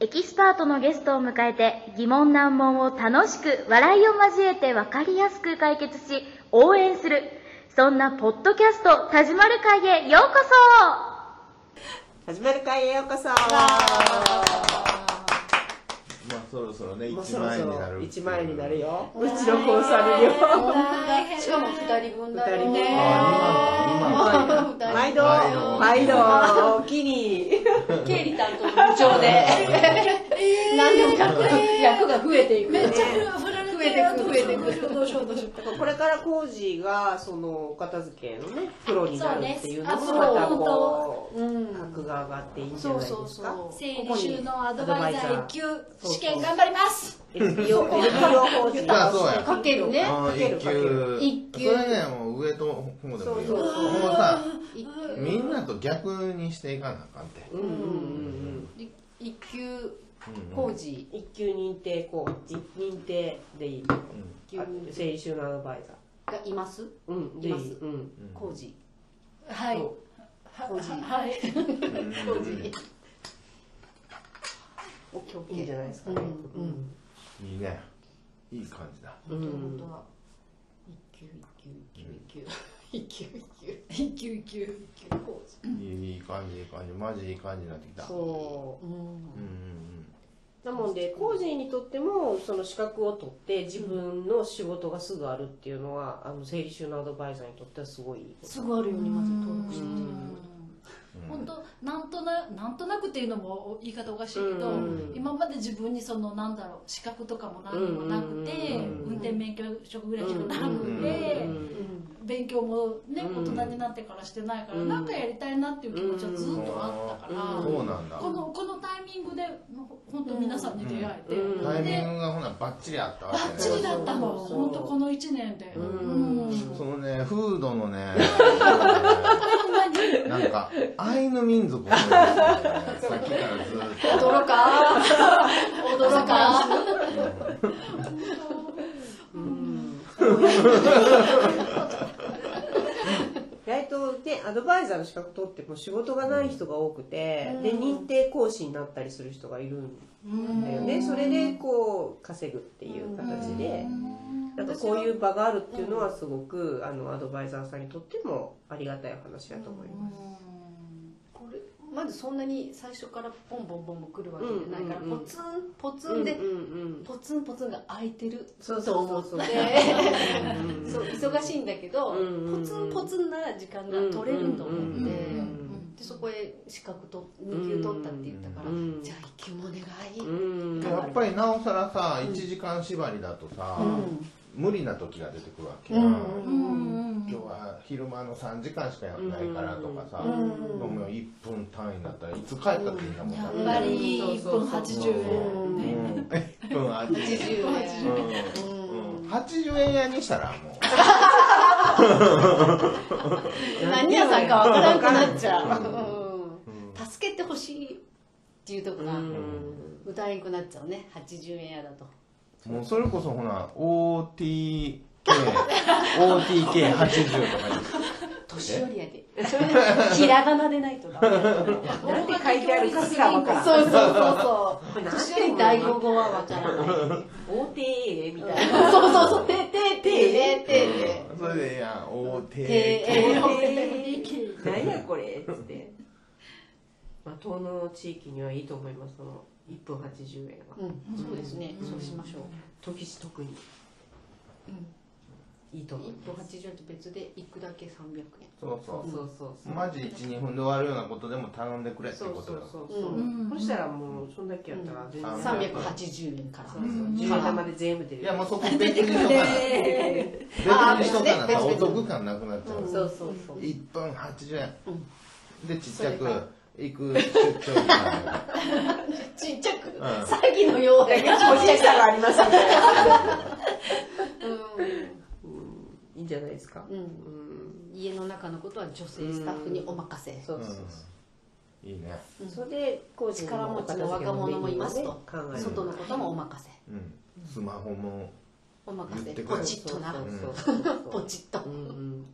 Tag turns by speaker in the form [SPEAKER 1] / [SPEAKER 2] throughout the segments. [SPEAKER 1] エキスパートのゲストを迎えて疑問難問を楽しく笑いを交えて分かりやすく解決し応援するそんなポッドキャスト「田島る会」へようこそ
[SPEAKER 2] 始める会へようこそ
[SPEAKER 3] まあそろそろね
[SPEAKER 2] もう
[SPEAKER 3] 1
[SPEAKER 2] そろ
[SPEAKER 3] 万
[SPEAKER 2] そ
[SPEAKER 3] 円
[SPEAKER 2] ろ
[SPEAKER 3] になる
[SPEAKER 2] 1万円になるようちのコンサル料
[SPEAKER 4] 本当だしかも二人分だよね
[SPEAKER 3] あ
[SPEAKER 4] 二人分
[SPEAKER 2] 毎度
[SPEAKER 3] 毎
[SPEAKER 2] 毎
[SPEAKER 3] 度
[SPEAKER 2] 度お気に
[SPEAKER 4] 経理担当の部長で何でも役役が増えていくめっちゃ増えてく増えてくどうしようどうしよう
[SPEAKER 2] これからコージーがそのお片付けのねプロになるっていうのも
[SPEAKER 4] そうね
[SPEAKER 2] またこう
[SPEAKER 4] うん
[SPEAKER 2] 格が上がっていいんじゃ
[SPEAKER 4] そ
[SPEAKER 2] ないうですか
[SPEAKER 4] そうそう
[SPEAKER 5] 整理収納アドバイザー1級
[SPEAKER 2] そうそう
[SPEAKER 5] 試験頑張ります。
[SPEAKER 2] LPO, LPO 法人
[SPEAKER 3] まあそうや
[SPEAKER 4] かけるね
[SPEAKER 3] ああ一級
[SPEAKER 4] 一級
[SPEAKER 3] それねもう上とほもでもいいよ
[SPEAKER 2] そうそうそう
[SPEAKER 3] もうさみんなと逆にしていかなあかんって
[SPEAKER 2] うんうんうん
[SPEAKER 4] い一級工事
[SPEAKER 2] うん一級認定こう一認定でいい
[SPEAKER 4] 一級
[SPEAKER 2] 整理収納アドバイザー
[SPEAKER 4] がいます
[SPEAKER 2] うんでいい
[SPEAKER 4] います
[SPEAKER 2] うん
[SPEAKER 4] 工事
[SPEAKER 5] はい。
[SPEAKER 2] そう
[SPEAKER 4] 工 事
[SPEAKER 5] はい。
[SPEAKER 4] 工事オッケーオッケー
[SPEAKER 2] いいんじゃないですかね
[SPEAKER 4] うん
[SPEAKER 3] うんいいねいい感じだ
[SPEAKER 2] うんう
[SPEAKER 4] 本
[SPEAKER 2] ん
[SPEAKER 4] 当だ一級一級一級一級一級一級
[SPEAKER 5] 一級一級。
[SPEAKER 4] 一級工事
[SPEAKER 3] いいいい感じいい感じマジいい感じになってきた
[SPEAKER 2] そう
[SPEAKER 4] うん
[SPEAKER 3] うんうん
[SPEAKER 2] なもんで工事にとってもその資格を取って自分の仕事がすぐあるっていうのは、あの整理収納アドバイザーにとってはすごいいいこと
[SPEAKER 4] すごいあるよねまず登録してて
[SPEAKER 5] 本当なんとななんとなくっていうのも言い方おかしいけど、
[SPEAKER 2] うん
[SPEAKER 5] 今まで自分にそのなんだろう資格とかも何にもなくて、
[SPEAKER 2] うん
[SPEAKER 5] 運転免許証ぐらいしかなくて、
[SPEAKER 2] うん
[SPEAKER 5] 勉強もね
[SPEAKER 2] う
[SPEAKER 5] 大
[SPEAKER 2] ん
[SPEAKER 5] 人になってからしてないから、
[SPEAKER 2] うん
[SPEAKER 5] なんかやりたいなっていう気持ちはずっとあったから。
[SPEAKER 2] うん
[SPEAKER 3] そうなんだ
[SPEAKER 5] このこのタイミングで本当皆さんに出会えて、
[SPEAKER 2] うん
[SPEAKER 3] タイミ
[SPEAKER 5] で
[SPEAKER 3] ングがほなバッチリあったわ
[SPEAKER 5] バッ
[SPEAKER 3] け
[SPEAKER 5] チリ
[SPEAKER 3] ね
[SPEAKER 5] だった
[SPEAKER 2] そう
[SPEAKER 5] の
[SPEAKER 2] そうそう
[SPEAKER 5] 本当この1年で、
[SPEAKER 2] ん
[SPEAKER 5] うん
[SPEAKER 3] そのねフードのねなんかアイヌ民族を思い出すねさっきからずーっと
[SPEAKER 4] 驚か驚か
[SPEAKER 2] 意外とねアドバイザーの資格取っても仕事がない人が多くて、で認定講師になったりする人がいるんだよね、それでこう稼ぐっていう形で、なんかこういう場があるっていうのはすごく、あのアドバイザーさんにとってもありがたい話だと思います、
[SPEAKER 4] これまずそんなに最初からポンポンポンポン来るわけじゃないから、
[SPEAKER 2] うんうんうん
[SPEAKER 4] ポツンポツンで、
[SPEAKER 2] うんうん
[SPEAKER 4] ポツンポツンが空いてる
[SPEAKER 2] そう
[SPEAKER 4] と
[SPEAKER 2] そう
[SPEAKER 4] 思
[SPEAKER 2] そ
[SPEAKER 4] っ
[SPEAKER 2] う
[SPEAKER 4] て
[SPEAKER 2] そう
[SPEAKER 4] そう忙しいんだけど、
[SPEAKER 2] うんうんうん
[SPEAKER 4] ポツンポツンなら時間が取れると思
[SPEAKER 2] うんうん
[SPEAKER 4] って、
[SPEAKER 2] うん
[SPEAKER 5] うん
[SPEAKER 4] でそこへ資格と2級取ったって言ったから、
[SPEAKER 2] うん
[SPEAKER 4] じゃあ1級もお願い、
[SPEAKER 2] う
[SPEAKER 4] うん
[SPEAKER 2] ん
[SPEAKER 3] やっぱりなおさらさ1時間縛りだとさ、無理な時が出てくるわけや、
[SPEAKER 2] うん
[SPEAKER 5] うん
[SPEAKER 3] 今日は昼間の3時間しかやってないからとかさ、
[SPEAKER 2] うん
[SPEAKER 3] もう1分単位だったらいつ帰ったっていいんだもん
[SPEAKER 5] や
[SPEAKER 3] な
[SPEAKER 5] っぱり1分80円
[SPEAKER 3] うんうん1分80
[SPEAKER 4] 80
[SPEAKER 3] 円、
[SPEAKER 4] 円
[SPEAKER 3] うんうん、80円屋にしたらもう
[SPEAKER 4] 何屋さんかわからんくなっちゃう、うん助けてほしいっていうとこが歌えんくなっちゃうね80円やだと
[SPEAKER 3] もうそれこそほな OTK OTK80 とかに
[SPEAKER 4] 年寄りやで ひらがなでないとダメ
[SPEAKER 2] なんて書いてあるかすらわからん
[SPEAKER 4] そうそうそうそう年寄り第5号はわから ない
[SPEAKER 2] OTA みたいな
[SPEAKER 4] そうそうそうてててねてて
[SPEAKER 3] それでええやん
[SPEAKER 4] て
[SPEAKER 3] OTK
[SPEAKER 4] え
[SPEAKER 2] OTA 何やこれっつってまあ東の地域にはいいと思いますその1分80円は
[SPEAKER 4] うんそうですねそうしましょう
[SPEAKER 2] 時市特にいいと思い
[SPEAKER 4] 1分
[SPEAKER 2] ます
[SPEAKER 4] 80円と別で行くだけ300円
[SPEAKER 3] そう
[SPEAKER 2] そ
[SPEAKER 3] そう
[SPEAKER 2] そうそう
[SPEAKER 3] うマジ12分で終わるようなことでも頼んでくれって
[SPEAKER 2] そう
[SPEAKER 3] こ
[SPEAKER 2] そ
[SPEAKER 3] と
[SPEAKER 2] う
[SPEAKER 3] だ
[SPEAKER 2] そう
[SPEAKER 5] うん
[SPEAKER 2] そうそしたらもうそんだけやったら全然
[SPEAKER 3] うん
[SPEAKER 4] 380円から
[SPEAKER 2] そうそう十円玉で全部出る
[SPEAKER 3] いやもうそこ別にしとかな別にしとかなさお得感なくなっちゃう、
[SPEAKER 2] そうそうそう
[SPEAKER 3] 1分80円、でちっちゃく
[SPEAKER 4] それが
[SPEAKER 3] 行く出張みたいな
[SPEAKER 4] ちっちゃく
[SPEAKER 3] ん
[SPEAKER 4] 詐欺のようだけど
[SPEAKER 2] おしさがありますみたいな
[SPEAKER 4] う
[SPEAKER 2] いいんじゃないですか
[SPEAKER 4] んう
[SPEAKER 2] うんん
[SPEAKER 4] 家の中のことは女性スタッフにお任せ
[SPEAKER 2] そうそう
[SPEAKER 3] うんいいね、
[SPEAKER 2] そうそれでこう
[SPEAKER 4] 力持ちの若者もいますと
[SPEAKER 2] 考える
[SPEAKER 4] 外のこともお任せ
[SPEAKER 3] うん、スマホも
[SPEAKER 4] お任
[SPEAKER 3] 言
[SPEAKER 4] せ
[SPEAKER 3] ってく
[SPEAKER 4] ポ
[SPEAKER 3] れ
[SPEAKER 4] チッとな
[SPEAKER 2] そうそうそうそう
[SPEAKER 4] ポチッと
[SPEAKER 2] うんうん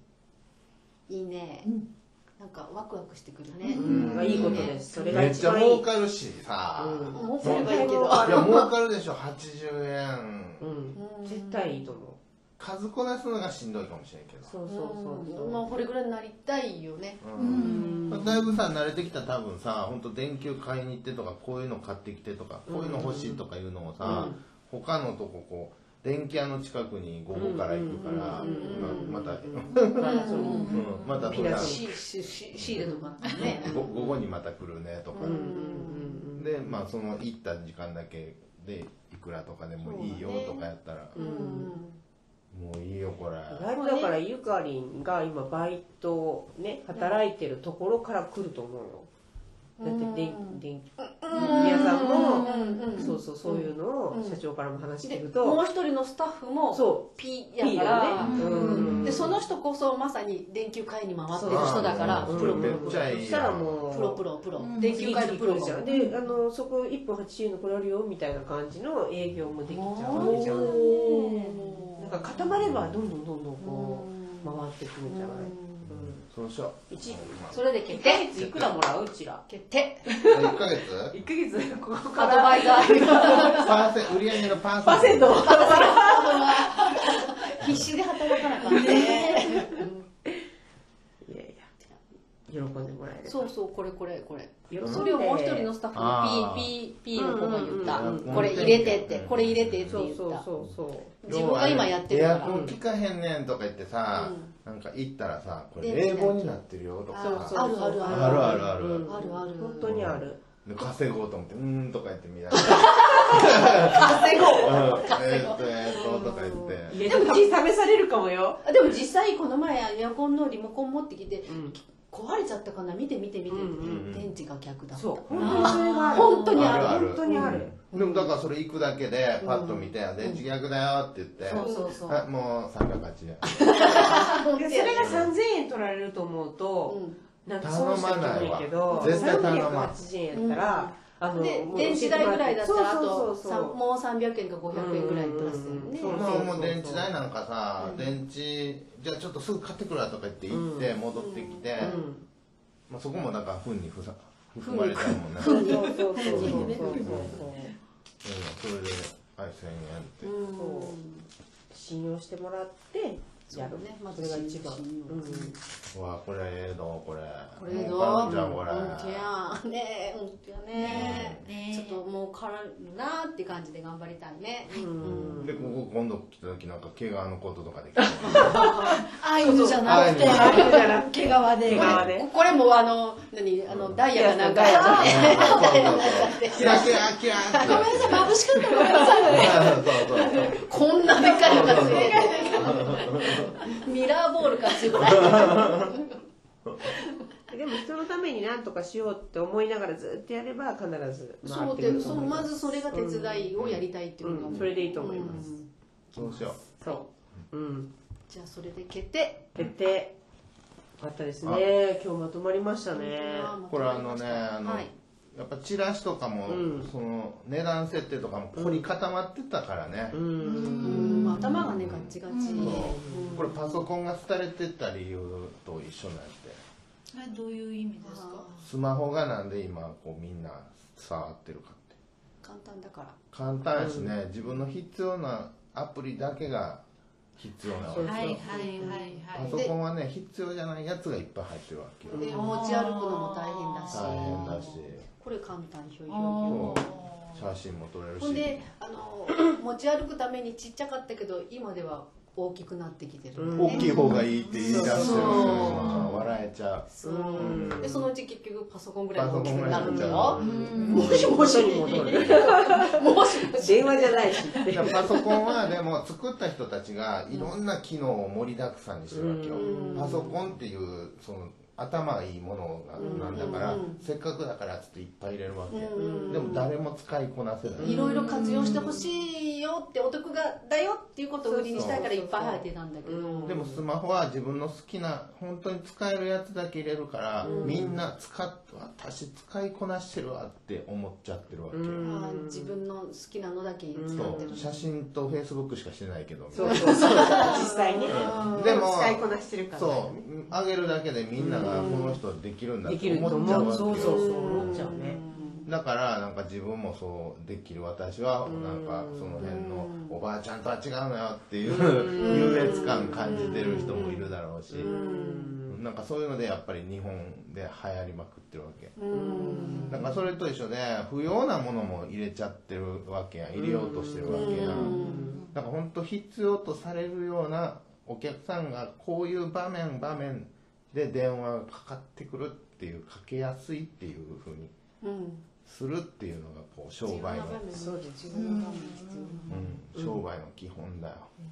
[SPEAKER 4] いいね
[SPEAKER 5] うん
[SPEAKER 4] なんかワクワクしてくるね、
[SPEAKER 2] うんまあいいことですそれが
[SPEAKER 3] めっ
[SPEAKER 2] 一
[SPEAKER 3] ちゃ
[SPEAKER 2] 番いい
[SPEAKER 3] 儲かるしさ、
[SPEAKER 2] うん
[SPEAKER 4] もうすればいいけど、
[SPEAKER 2] うん
[SPEAKER 3] いや儲かるでしょ80円
[SPEAKER 2] うん絶対いいと思う
[SPEAKER 3] 数こなすのがしんどいかもしれんけど
[SPEAKER 2] そうそうそうそう、
[SPEAKER 4] うんまあこれぐらいになりたいよね
[SPEAKER 3] う
[SPEAKER 5] うんん
[SPEAKER 3] まあだいぶさ慣れてきたら多分さ本当電球買いに行ってとかこういうの買ってきてとかこういうの欲しいとかいうのをさ、他のとここう電気屋の近くに午後から行くから、
[SPEAKER 2] うんうん
[SPEAKER 3] まあまた、
[SPEAKER 2] うん
[SPEAKER 3] う
[SPEAKER 2] マラソン
[SPEAKER 5] うん
[SPEAKER 3] んまた
[SPEAKER 2] ピラティス
[SPEAKER 3] 普
[SPEAKER 4] シシシシールとか
[SPEAKER 3] 段
[SPEAKER 4] ね、
[SPEAKER 3] ご午後にまた来るねとか、
[SPEAKER 2] うんうんうん
[SPEAKER 3] でまあその行った時間だけでいくらとかでもいいよとかやったら、
[SPEAKER 2] うんうん
[SPEAKER 3] もういいよこれ
[SPEAKER 2] だいぶだからゆかりんが今バイトをね働いてるところから来ると思うよだって電電気皆さんも
[SPEAKER 4] うんうんうん
[SPEAKER 2] そうそうそういうのを
[SPEAKER 4] うん
[SPEAKER 2] 社長からも話して
[SPEAKER 4] で
[SPEAKER 2] る
[SPEAKER 4] もう
[SPEAKER 2] と
[SPEAKER 4] 一人のスタッフも
[SPEAKER 2] そ
[SPEAKER 4] P
[SPEAKER 2] ういい
[SPEAKER 4] や
[SPEAKER 2] よ
[SPEAKER 4] か
[SPEAKER 2] ね
[SPEAKER 4] ら、
[SPEAKER 2] うん
[SPEAKER 4] でその人こそまさに電球買いに回ってる人だから
[SPEAKER 3] そう
[SPEAKER 4] プロプ
[SPEAKER 3] めっ
[SPEAKER 4] ロ
[SPEAKER 3] ちゃいいやん
[SPEAKER 2] そしたらもう
[SPEAKER 4] プロプロプロ
[SPEAKER 5] うん
[SPEAKER 4] 電
[SPEAKER 2] 次
[SPEAKER 4] 球界
[SPEAKER 2] 々
[SPEAKER 4] のプ
[SPEAKER 2] 来
[SPEAKER 4] ロ
[SPEAKER 2] る
[SPEAKER 4] が
[SPEAKER 2] じゃんであのそこ1分80円のこれあるよみたいな感じの営業もできちゃうわけじゃん
[SPEAKER 4] おー
[SPEAKER 2] なんか固まればどんどんどんどんこう
[SPEAKER 4] うん
[SPEAKER 2] 回ってくるんじゃない
[SPEAKER 3] そうしよう
[SPEAKER 2] 一
[SPEAKER 4] それで決
[SPEAKER 2] 1ヶ
[SPEAKER 4] 定
[SPEAKER 2] 月いくらもらううちら
[SPEAKER 4] 決定
[SPEAKER 3] 1ヶ 月
[SPEAKER 2] 1ヶ月ここ
[SPEAKER 4] ア
[SPEAKER 2] か
[SPEAKER 4] ド
[SPEAKER 2] ら
[SPEAKER 4] バイザー
[SPEAKER 3] パーセン売り上げのパー
[SPEAKER 2] パーセントを
[SPEAKER 4] 必死で働かなあかんね
[SPEAKER 2] いやいや喜んでもらえる
[SPEAKER 4] そうそうこれこれこれ
[SPEAKER 2] 喜んで
[SPEAKER 4] それをもう一人のスタッ
[SPEAKER 3] あー
[SPEAKER 4] フに PPP の子が言った、
[SPEAKER 3] うんうんうん
[SPEAKER 4] これ入れてってこれ入れてって
[SPEAKER 2] そ
[SPEAKER 4] 言
[SPEAKER 2] う
[SPEAKER 4] った
[SPEAKER 2] そうそうそう
[SPEAKER 4] 自分が今やってるか
[SPEAKER 3] エア
[SPEAKER 4] ら
[SPEAKER 3] コン効かへんねんとか言ってさ、なんか行ったらさこれ冷房になってるよとか
[SPEAKER 4] そう
[SPEAKER 3] さ
[SPEAKER 4] そうあるあるある
[SPEAKER 3] あるあるある
[SPEAKER 2] うん
[SPEAKER 4] あるある
[SPEAKER 2] 本当にある
[SPEAKER 3] で稼ごうと思って「うーん」とか言ってみながら
[SPEAKER 4] 稼ごう
[SPEAKER 3] 「えーっとえーっと」とか言って
[SPEAKER 2] でも試されるかもよ
[SPEAKER 4] でも実際この前エアコンのリモコン持ってきて
[SPEAKER 2] うん
[SPEAKER 4] 壊れちゃったかな見て見て見て、
[SPEAKER 2] うん
[SPEAKER 3] うん
[SPEAKER 4] 電池が逆だ
[SPEAKER 2] そう本当にそれがある
[SPEAKER 4] 本当にある
[SPEAKER 3] ある
[SPEAKER 2] 本当にある
[SPEAKER 3] でもだからそれ行くだけでパッと見て「電池逆だよ」って言って
[SPEAKER 4] そうそうそう
[SPEAKER 3] あもう380円
[SPEAKER 4] 本
[SPEAKER 2] いやそれが3000円取られると思うと、なんか損したくないけど
[SPEAKER 3] 頼まないわ
[SPEAKER 2] 380円やったら、あの
[SPEAKER 4] で
[SPEAKER 2] もう
[SPEAKER 4] 電池代ぐらいだったらあ
[SPEAKER 2] そ
[SPEAKER 4] と
[SPEAKER 2] うそうそうそう
[SPEAKER 4] さもう300円か500円ぐらいプラスだよね
[SPEAKER 2] うん
[SPEAKER 3] まあもう電池代なんかさ電池じゃあちょっとすぐ買ってくるわとか言って行って戻ってきて
[SPEAKER 2] うん
[SPEAKER 3] まあそこもなんか糞にふさ含まれたもんね
[SPEAKER 2] そうそうそうそうそうそう
[SPEAKER 3] それではい1000円って
[SPEAKER 4] うん
[SPEAKER 2] そう信用してもらってやる
[SPEAKER 4] そうねまず
[SPEAKER 2] それが一番、
[SPEAKER 4] 信用
[SPEAKER 3] うわこれええどこれ
[SPEAKER 4] これど
[SPEAKER 3] 儲
[SPEAKER 4] う
[SPEAKER 3] かんじゃんこれ
[SPEAKER 4] 本当やねえ本当やね
[SPEAKER 5] ねえ
[SPEAKER 4] ちょっともうからるなって感じで頑張りたいね
[SPEAKER 2] うん
[SPEAKER 3] でここ今度来た時なんか毛皮のことと かできた
[SPEAKER 5] アイヌじゃなくて
[SPEAKER 3] アイヌじ
[SPEAKER 2] ゃな
[SPEAKER 5] 毛皮で
[SPEAKER 2] 毛皮で
[SPEAKER 4] ここれもあの何あのダイヤがなんか
[SPEAKER 2] ダイヤ
[SPEAKER 4] ダイヤがなんか
[SPEAKER 3] キラキラキラって
[SPEAKER 4] ごめんなさい眩しかったごめんなさい
[SPEAKER 3] そうそうそう
[SPEAKER 4] こんなでかいのがつい てるミラーボールかしら
[SPEAKER 2] でも人のために何とかしようって思いながらずっとやれば必ず回
[SPEAKER 4] そ
[SPEAKER 2] っ
[SPEAKER 4] う
[SPEAKER 2] てく
[SPEAKER 4] で
[SPEAKER 2] ると
[SPEAKER 4] そ
[SPEAKER 2] 思
[SPEAKER 4] う
[SPEAKER 2] い
[SPEAKER 4] ますずそれが手伝いをやりたいっていうのが、
[SPEAKER 2] うんそれでいいと思います、
[SPEAKER 4] うん
[SPEAKER 3] そうしよ
[SPEAKER 2] そううん
[SPEAKER 4] じゃあそれで決定
[SPEAKER 2] 決定よかったですね今日まとまりましたね
[SPEAKER 3] うこれあのねあの
[SPEAKER 4] はい
[SPEAKER 3] やっぱチラシとかも
[SPEAKER 2] うん
[SPEAKER 3] その値段設定とかも凝り固まってたからね
[SPEAKER 2] うん
[SPEAKER 4] うん頭がねガッチガチ、
[SPEAKER 3] そうこれパソコンが廃れてた理由と一緒なんて
[SPEAKER 5] えどういう意味ですか
[SPEAKER 3] スマホがなんで今こうみんな触ってるかって
[SPEAKER 4] 簡単だから
[SPEAKER 3] 簡単やしね、自分の必要なアプリだけが必要なわ
[SPEAKER 2] そ
[SPEAKER 3] け
[SPEAKER 2] う
[SPEAKER 5] はいはい
[SPEAKER 3] パ
[SPEAKER 5] はい
[SPEAKER 3] ソコンはね必要じゃないやつがいっぱい入ってるわけよ、
[SPEAKER 4] で持ち歩くのも大変だし
[SPEAKER 3] 大変だし
[SPEAKER 4] これ簡単ひょいひょい
[SPEAKER 5] は
[SPEAKER 3] 写真も撮れるし
[SPEAKER 4] ほんであの持ち歩くためにちっちゃかったけど今では大きくなってきてる、
[SPEAKER 2] うん
[SPEAKER 3] 大きい方がいいって言い出してる人
[SPEAKER 4] そう
[SPEAKER 3] 今笑えちゃ
[SPEAKER 4] そう
[SPEAKER 2] うん
[SPEAKER 4] でそのうち結局パソコンぐらい大きくなるんだ
[SPEAKER 3] パソ
[SPEAKER 4] よ
[SPEAKER 3] コンぐらいになっちゃう
[SPEAKER 5] うん
[SPEAKER 4] もしもし
[SPEAKER 2] 元に戻る
[SPEAKER 4] もしもし
[SPEAKER 2] 電話じゃないしっ
[SPEAKER 3] う
[SPEAKER 2] て
[SPEAKER 3] だからパソコンはでも作った人たちがいろんな機能を盛りだくさんにしてるわけよ
[SPEAKER 2] う
[SPEAKER 3] パソコンっていうその頭がいいものなんだから
[SPEAKER 4] うん
[SPEAKER 3] せっかくだからちょっといっぱい入れるわけ
[SPEAKER 4] うん
[SPEAKER 3] でも誰も使いこなせない
[SPEAKER 4] いろいろ活用してほしいよってお得がだよっていうことを売りにしたいからいっぱい入ってたんだけど、
[SPEAKER 2] うん
[SPEAKER 3] でもスマホは自分の好きな本当に使えるやつだけ入れるから、みんな使っ私使いこなしてるわって思っちゃってるわけよ、
[SPEAKER 2] うん
[SPEAKER 4] あー自分の好きなのだけ使ってる
[SPEAKER 3] そう写真とフェイスブックしかしてないけど
[SPEAKER 2] そうそうそう実際ね
[SPEAKER 3] んでも
[SPEAKER 2] 使いこなしてるからね
[SPEAKER 3] そううんあげるだけでみんながこの人できるんだっ
[SPEAKER 2] でき
[SPEAKER 3] て
[SPEAKER 2] ると
[SPEAKER 3] 思っちゃう
[SPEAKER 2] 思う
[SPEAKER 3] わけ
[SPEAKER 2] そ
[SPEAKER 3] よ
[SPEAKER 2] うそうそう思っちゃうね
[SPEAKER 3] だからなんか自分もそうできる私はなんかその辺のおばあちゃんとは違うのよっていう優越感感じてる人もいるだろうしなんかそういうのでやっぱり日本で流行りまくってるわけなんかそれと一緒で不要なものも入れちゃってるわけや入れようとしてるわけやなんか本当必要とされるようなお客さんがこういう場面場面で電話がかかってくるっていうかけやすいっていうふうに
[SPEAKER 4] うん
[SPEAKER 3] するっていうのがこう商売の、
[SPEAKER 2] そうですよ
[SPEAKER 3] うん、商売の基本だ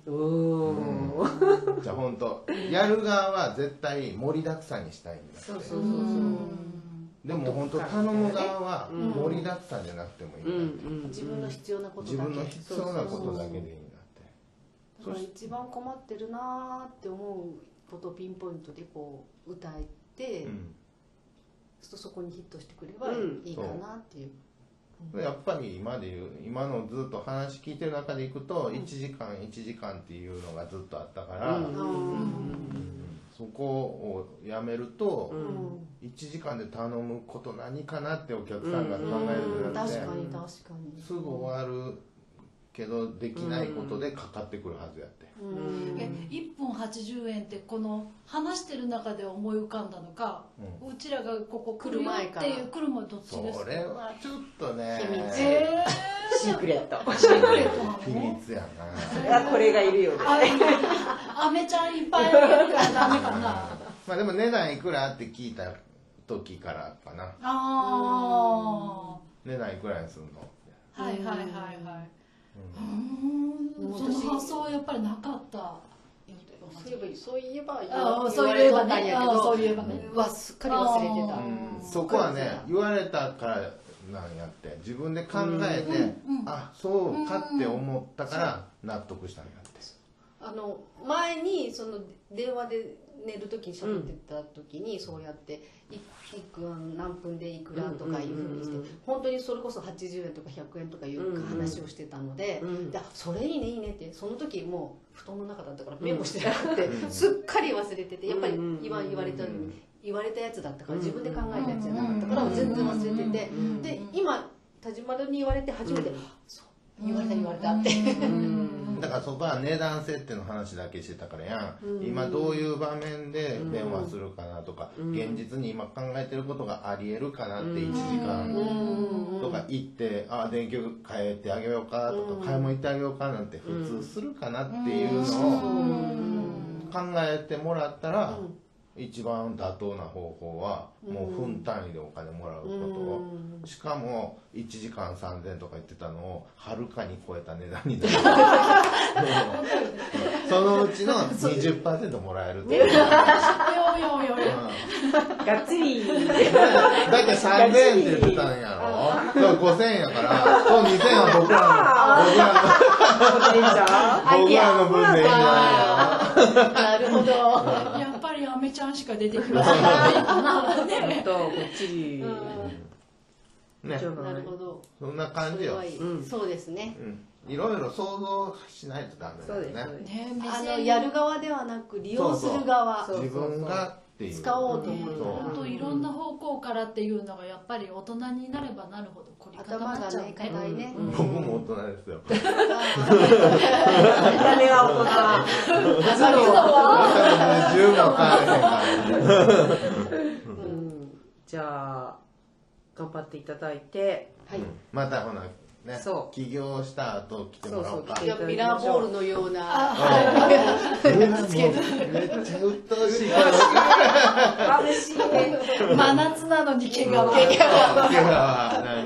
[SPEAKER 3] よ、
[SPEAKER 2] おー
[SPEAKER 3] じゃあ本当やる側は絶対盛りだくさんにしたいんだって
[SPEAKER 2] そうそうそうそう
[SPEAKER 3] でも本当頼む側は盛りだくさんじゃなくてもいいんだって、
[SPEAKER 4] 自分の必要なこと
[SPEAKER 3] 自
[SPEAKER 4] だけ
[SPEAKER 3] 分の必要なことだけでいいんだって
[SPEAKER 4] だから一番困ってるなーって思うことをピンポイントでこう歌えて、
[SPEAKER 3] うん
[SPEAKER 4] そそこにヒットしてくれば
[SPEAKER 2] うん
[SPEAKER 4] いいかなっていう、
[SPEAKER 3] やっぱり今で言う今のずっと話聞いてる中でいくと1時間1時間っていうのがずっとあったから、
[SPEAKER 4] あ
[SPEAKER 3] そこをやめると1時間で頼むこと何かなってお客さんが考えるよう
[SPEAKER 4] ー
[SPEAKER 3] になっ
[SPEAKER 4] 確
[SPEAKER 3] て
[SPEAKER 4] かに確かに
[SPEAKER 3] すぐ終わるけどできないことでかかってくるはずやって、
[SPEAKER 5] え1分80円ってこの話してる中で思い浮かんだのか、うちらがここ来るよっていう来る前どっちです
[SPEAKER 3] そ
[SPEAKER 5] か
[SPEAKER 3] れはちょっとね
[SPEAKER 5] え
[SPEAKER 2] シークレット
[SPEAKER 5] ー、シークレットな
[SPEAKER 3] 秘
[SPEAKER 5] の
[SPEAKER 3] 密やな
[SPEAKER 2] あこれがいるよね
[SPEAKER 5] あいやアメちゃんいっぱいあげるからダメかな
[SPEAKER 3] まあでも値段いくらって聞いた時からかな
[SPEAKER 5] あ
[SPEAKER 3] 値段いくらにするの
[SPEAKER 5] あはいはいはいはいうんその発想はやっぱりなかった
[SPEAKER 4] そういえばそういえば
[SPEAKER 5] ああ
[SPEAKER 4] 言
[SPEAKER 5] そう
[SPEAKER 4] わ
[SPEAKER 5] いえ
[SPEAKER 4] れ
[SPEAKER 5] ば
[SPEAKER 4] とったん
[SPEAKER 5] ね
[SPEAKER 4] や
[SPEAKER 5] あ
[SPEAKER 4] け
[SPEAKER 5] あそ
[SPEAKER 4] ど
[SPEAKER 5] ういえばね
[SPEAKER 4] うわすっかり忘れてた
[SPEAKER 5] あー
[SPEAKER 3] そこはね言われたからなんやって自分で考えてあそうかって思ったから納得したんやって
[SPEAKER 4] あの前にその電話で寝る時に喋ってた時にそうやっていいくら何分でいくらとかいうふうにして本当にそれこそ80円とか100円とかいう話をしてたので
[SPEAKER 2] うん
[SPEAKER 4] であそれいいねいいねってその時もう布団の中だったからメモしてなくてすっかり忘れててやっぱり今言われたように言われたやつだったから自分で考えたやつじゃなかったから全然忘れててで今田島に言われて初めてあそう言われた言われた って。
[SPEAKER 3] だからそこは値段設定の話だけしてたからやん今どういう場面で電話するかなとか現実に今考えてることがありえるかなって1時間とか行ってあ電球変えてあげようかとか買い物行ってあげようかなんて普通するかなっていうのを考えてもらったら一番妥当な方法はもう分単位でお金もらうことをしかも1時間3000とか言ってたのをはるかに超えた値段 になるうんそのうちの20%もらえるっていう
[SPEAKER 5] よよよよ
[SPEAKER 2] がっつり
[SPEAKER 3] だって3000円って言ってたんやろだから5000円やからその2000円は僕らの僕らの僕らの分でいいんじゃないの
[SPEAKER 4] なるほど。
[SPEAKER 5] やっぱりアメちゃんしか出てきませんからね
[SPEAKER 2] ちょっとこっちり
[SPEAKER 3] ね
[SPEAKER 4] なるほど。
[SPEAKER 3] そんな感じ
[SPEAKER 4] す
[SPEAKER 3] よ
[SPEAKER 4] ごい。そうですね。
[SPEAKER 3] うんいろいろ想像しないとダメ
[SPEAKER 2] そうです
[SPEAKER 3] だ
[SPEAKER 2] ね
[SPEAKER 3] よね
[SPEAKER 5] ね目
[SPEAKER 4] あの
[SPEAKER 5] 線
[SPEAKER 4] やる側ではなく利用する側。
[SPEAKER 2] そう
[SPEAKER 3] 自分がっていう
[SPEAKER 4] 使おうと思う
[SPEAKER 3] そう
[SPEAKER 5] 本当いろんな方向からっていうのがやっぱり大人になればなるほど凝り固ま
[SPEAKER 4] 頭
[SPEAKER 5] っ
[SPEAKER 4] が
[SPEAKER 5] ちゃう
[SPEAKER 4] ね硬いね。
[SPEAKER 3] 僕も大人ですよ。
[SPEAKER 2] 見た目は大人
[SPEAKER 3] 十分変われへんからね。
[SPEAKER 2] じゃあ頑張っていただいて
[SPEAKER 4] はい。
[SPEAKER 3] またほな、ね
[SPEAKER 2] そ、う
[SPEAKER 3] 起業した後来てもらおうか。
[SPEAKER 2] そうそう来
[SPEAKER 4] い
[SPEAKER 2] て
[SPEAKER 4] やミラーボールのよう
[SPEAKER 3] う
[SPEAKER 4] な。
[SPEAKER 3] んもうめっちゃ鬱陶しいから。
[SPEAKER 2] 嬉しいね
[SPEAKER 5] 真夏なのに毛が悪い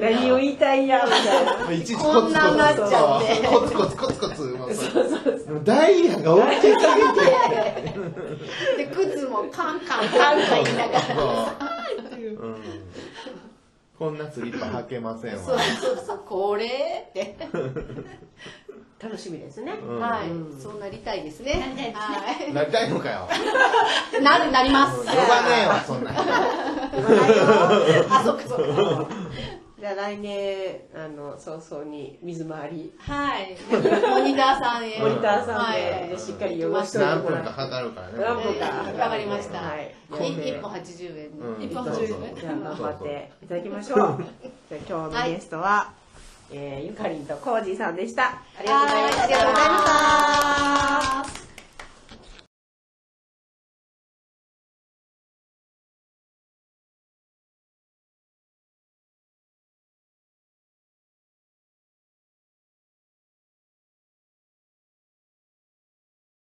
[SPEAKER 2] 何を
[SPEAKER 3] い
[SPEAKER 2] 言いたいんやみたいな
[SPEAKER 3] ちいちコツ
[SPEAKER 4] こんなんなっちゃって
[SPEAKER 3] コツコツコツコツコツもうもうダイヤが大きすぎて
[SPEAKER 4] で靴もカンカンカンカン言いながら。
[SPEAKER 3] そううんこんなスリッパ履けません
[SPEAKER 4] そう
[SPEAKER 3] わ
[SPEAKER 4] そうそうこれって。
[SPEAKER 2] 楽しみですね
[SPEAKER 4] はい。そうなりたいですね。は
[SPEAKER 3] なりたいのかよ
[SPEAKER 4] い。なるなります
[SPEAKER 3] 呼。ばねえわそんな人
[SPEAKER 4] あそっかそっか。
[SPEAKER 2] じゃあ来年あの早々に水回り
[SPEAKER 4] はいモニターさんへ
[SPEAKER 2] モニターさん
[SPEAKER 4] は
[SPEAKER 2] で
[SPEAKER 4] い
[SPEAKER 2] でしっかり
[SPEAKER 4] 行
[SPEAKER 2] 汚
[SPEAKER 4] きま
[SPEAKER 2] し
[SPEAKER 4] し
[SPEAKER 2] といて
[SPEAKER 4] た
[SPEAKER 3] 何
[SPEAKER 2] も
[SPEAKER 3] 分から測るからね
[SPEAKER 2] 何分か
[SPEAKER 4] わかりました
[SPEAKER 2] はい
[SPEAKER 4] い一歩八十円
[SPEAKER 3] うん
[SPEAKER 5] 一本80円
[SPEAKER 2] じゃあ頑張っていただきましょうじゃあ今日のゲストは、えーゆかりんとこうじさんでしたありがとうございました
[SPEAKER 4] ありがとうございました